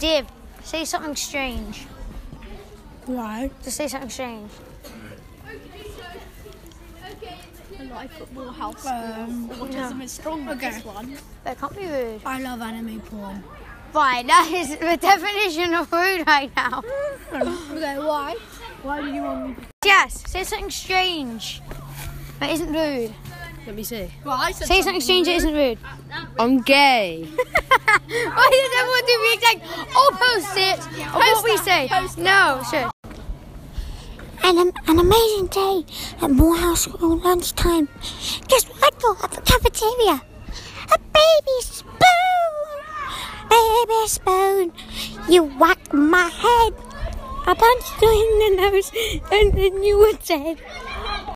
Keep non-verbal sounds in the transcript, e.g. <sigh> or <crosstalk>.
Div, say something strange. Why? Just say something strange. Life at Morehouse. Um, Autism is strong with Okay. this one. That can't be rude. I love anime porn. Right, that is the <laughs> definition of rude right now. okay, why? Why did you want me? Yes, say something strange. That isn't rude. Let me see. Well, I said Say something strange that isn't rude. I'm gay. Why does everyone do the exact opposite of what we say? No, sure. and um, an amazing day at Morehouse school lunchtime. Guess what I got at the cafeteria? A baby spoon! Baby spoon! You whacked my head! I punched you in the nose and then you were dead.